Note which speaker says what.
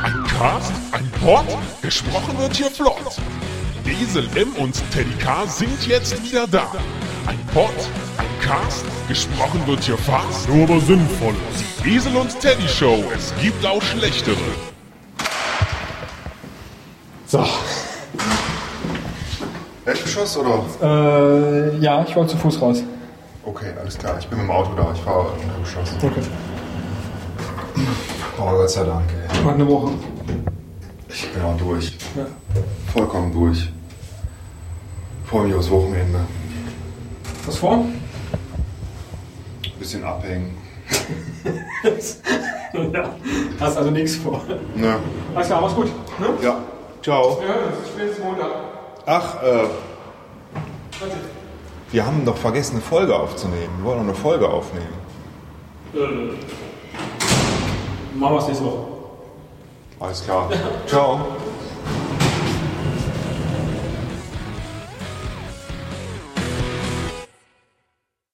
Speaker 1: Podcast, ein Pod, gesprochen wird hier flott. Esel M und Teddy K sind jetzt wieder da. Ein Pod, ein Cast, gesprochen wird hier fast, nur aber sinnvoll. Die Esel und Teddy Show, es gibt auch schlechtere.
Speaker 2: So,
Speaker 3: Erdgeschoss oder?
Speaker 2: äh, ja, ich wollte zu Fuß raus.
Speaker 3: Okay, alles klar. Ich bin mit dem Auto da. Ich fahre im Erdgeschoss.
Speaker 2: Okay.
Speaker 3: Oh, Gott sei Dank, ey.
Speaker 2: Noch eine Woche.
Speaker 3: Ich bin auch durch.
Speaker 2: Ja.
Speaker 3: Vollkommen durch. Freue mich aufs Wochenende. Ein
Speaker 2: Was vor?
Speaker 3: bisschen abhängen.
Speaker 2: ja, hast also nichts vor.
Speaker 3: Ne?
Speaker 2: Alles klar, mach's gut. Ne?
Speaker 3: Ja. Ciao.
Speaker 2: Wir hören uns spätestens Montag.
Speaker 3: Ach, äh. Wir haben doch vergessen, eine Folge aufzunehmen. Wir wollen noch eine Folge aufnehmen.
Speaker 2: Machen wir's nächste Woche.
Speaker 3: Alles klar. Ciao.